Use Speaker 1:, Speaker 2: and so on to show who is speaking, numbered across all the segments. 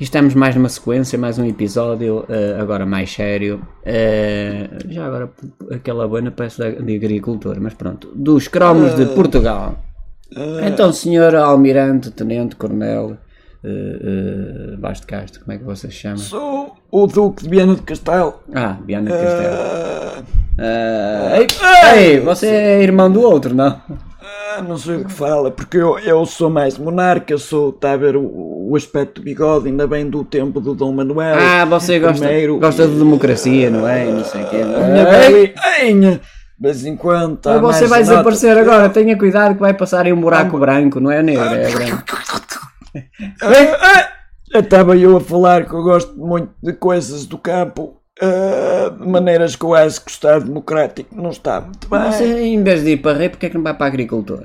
Speaker 1: Estamos mais numa sequência, mais um episódio, eh, agora mais sério. Eh, já agora, p- p- aquela buena peço de, de agricultor, mas pronto. Dos cromos de Portugal. Então, senhor Almirante, Tenente, Coronel, eh, eh, Basto Castro, como é que você se chama?
Speaker 2: Sou o Duque de Viana do Castelo.
Speaker 1: Ah, Biana Castelo.
Speaker 2: Ah,
Speaker 1: Ah, ei, ei, você é irmão do outro, não?
Speaker 2: ah, não sei o que fala, porque eu, eu sou mais monarca, eu sou, está a ver, o, o aspecto do bigode, ainda bem do tempo do Dom Manuel.
Speaker 1: Ah, você gosta,
Speaker 2: Primeiro- eh,
Speaker 1: gosta de democracia, não é? E Não sei o quê. não
Speaker 2: Ainda
Speaker 1: é?
Speaker 2: bem, ainda, de vez em quando,
Speaker 1: Mas
Speaker 2: está
Speaker 1: você
Speaker 2: Tá mais Ah,
Speaker 1: vai
Speaker 2: nota.
Speaker 1: desaparecer agora, tenha cuidado que vai passar em um buraco branco, não é negro, é branco.
Speaker 2: Ah, ah, Estava eu a falar que eu gosto muito de coisas do campo, ah, de maneiras que eu acho que o Estado Democrático não está muito bem.
Speaker 1: Você em vez de ir para rei, porque é que não vai para agricultor?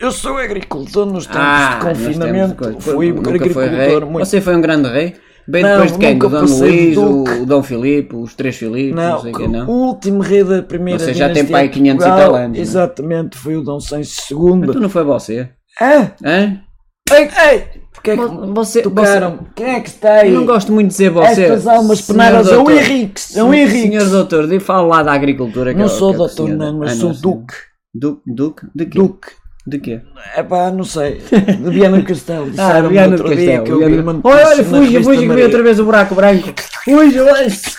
Speaker 2: Eu sou agricultor nos tempos de
Speaker 1: nós temos
Speaker 2: confinamento,
Speaker 1: coisa-
Speaker 2: fui
Speaker 1: nunca foi rei.
Speaker 2: agricultor muito
Speaker 1: Você foi um grande rei? Bem
Speaker 2: Não,
Speaker 1: depois de quem? Do
Speaker 2: nunca
Speaker 1: Dom
Speaker 2: passei de
Speaker 1: Luís, o,
Speaker 2: duque.
Speaker 1: o Dom Filipe, os três Filipes, não,
Speaker 2: Não,
Speaker 1: sei o quê,
Speaker 2: o
Speaker 1: não?
Speaker 2: último rei da primeira
Speaker 1: Você já tem
Speaker 2: dinastia
Speaker 1: pai
Speaker 2: de
Speaker 1: 500 e
Speaker 2: Portugal,
Speaker 1: tal anos, não é?
Speaker 2: Exatamente, foi o Dom Sancho
Speaker 1: Então
Speaker 2: II.
Speaker 1: não foi você?
Speaker 2: Ah,
Speaker 1: Hã?
Speaker 2: ei, ei, porque é que
Speaker 1: Vo- Você,
Speaker 2: tocaram? Quem é que está
Speaker 1: você-
Speaker 2: aí?
Speaker 1: eu não gosto muito de dizer você.
Speaker 2: Estas almas
Speaker 1: senhor
Speaker 2: penadas, é o
Speaker 1: doutor.
Speaker 2: Henriques, é o
Speaker 1: Senhor
Speaker 2: Henriques.
Speaker 1: doutor, de fala lá da agricultura. que
Speaker 2: Não
Speaker 1: eu-
Speaker 2: sou
Speaker 1: que eu-
Speaker 2: doutor,
Speaker 1: senhor-
Speaker 2: não, mas
Speaker 1: Ah,
Speaker 2: sou
Speaker 1: senhor.
Speaker 2: duque.
Speaker 1: Duque? Duque? De quê?
Speaker 2: Duque.
Speaker 1: De quê?
Speaker 2: É pá, não sei. De Viana do Castelo.
Speaker 1: Ah,
Speaker 2: disseram-me
Speaker 1: Viana do
Speaker 2: outro dia
Speaker 1: Castelo.
Speaker 2: que eu vi
Speaker 1: Viana-
Speaker 2: uma
Speaker 1: Olha, olha,
Speaker 2: notícia na
Speaker 1: fuja,
Speaker 2: revista
Speaker 1: fuja que veio
Speaker 2: Maria.
Speaker 1: outra vez o buraco branco. Fuja, olha.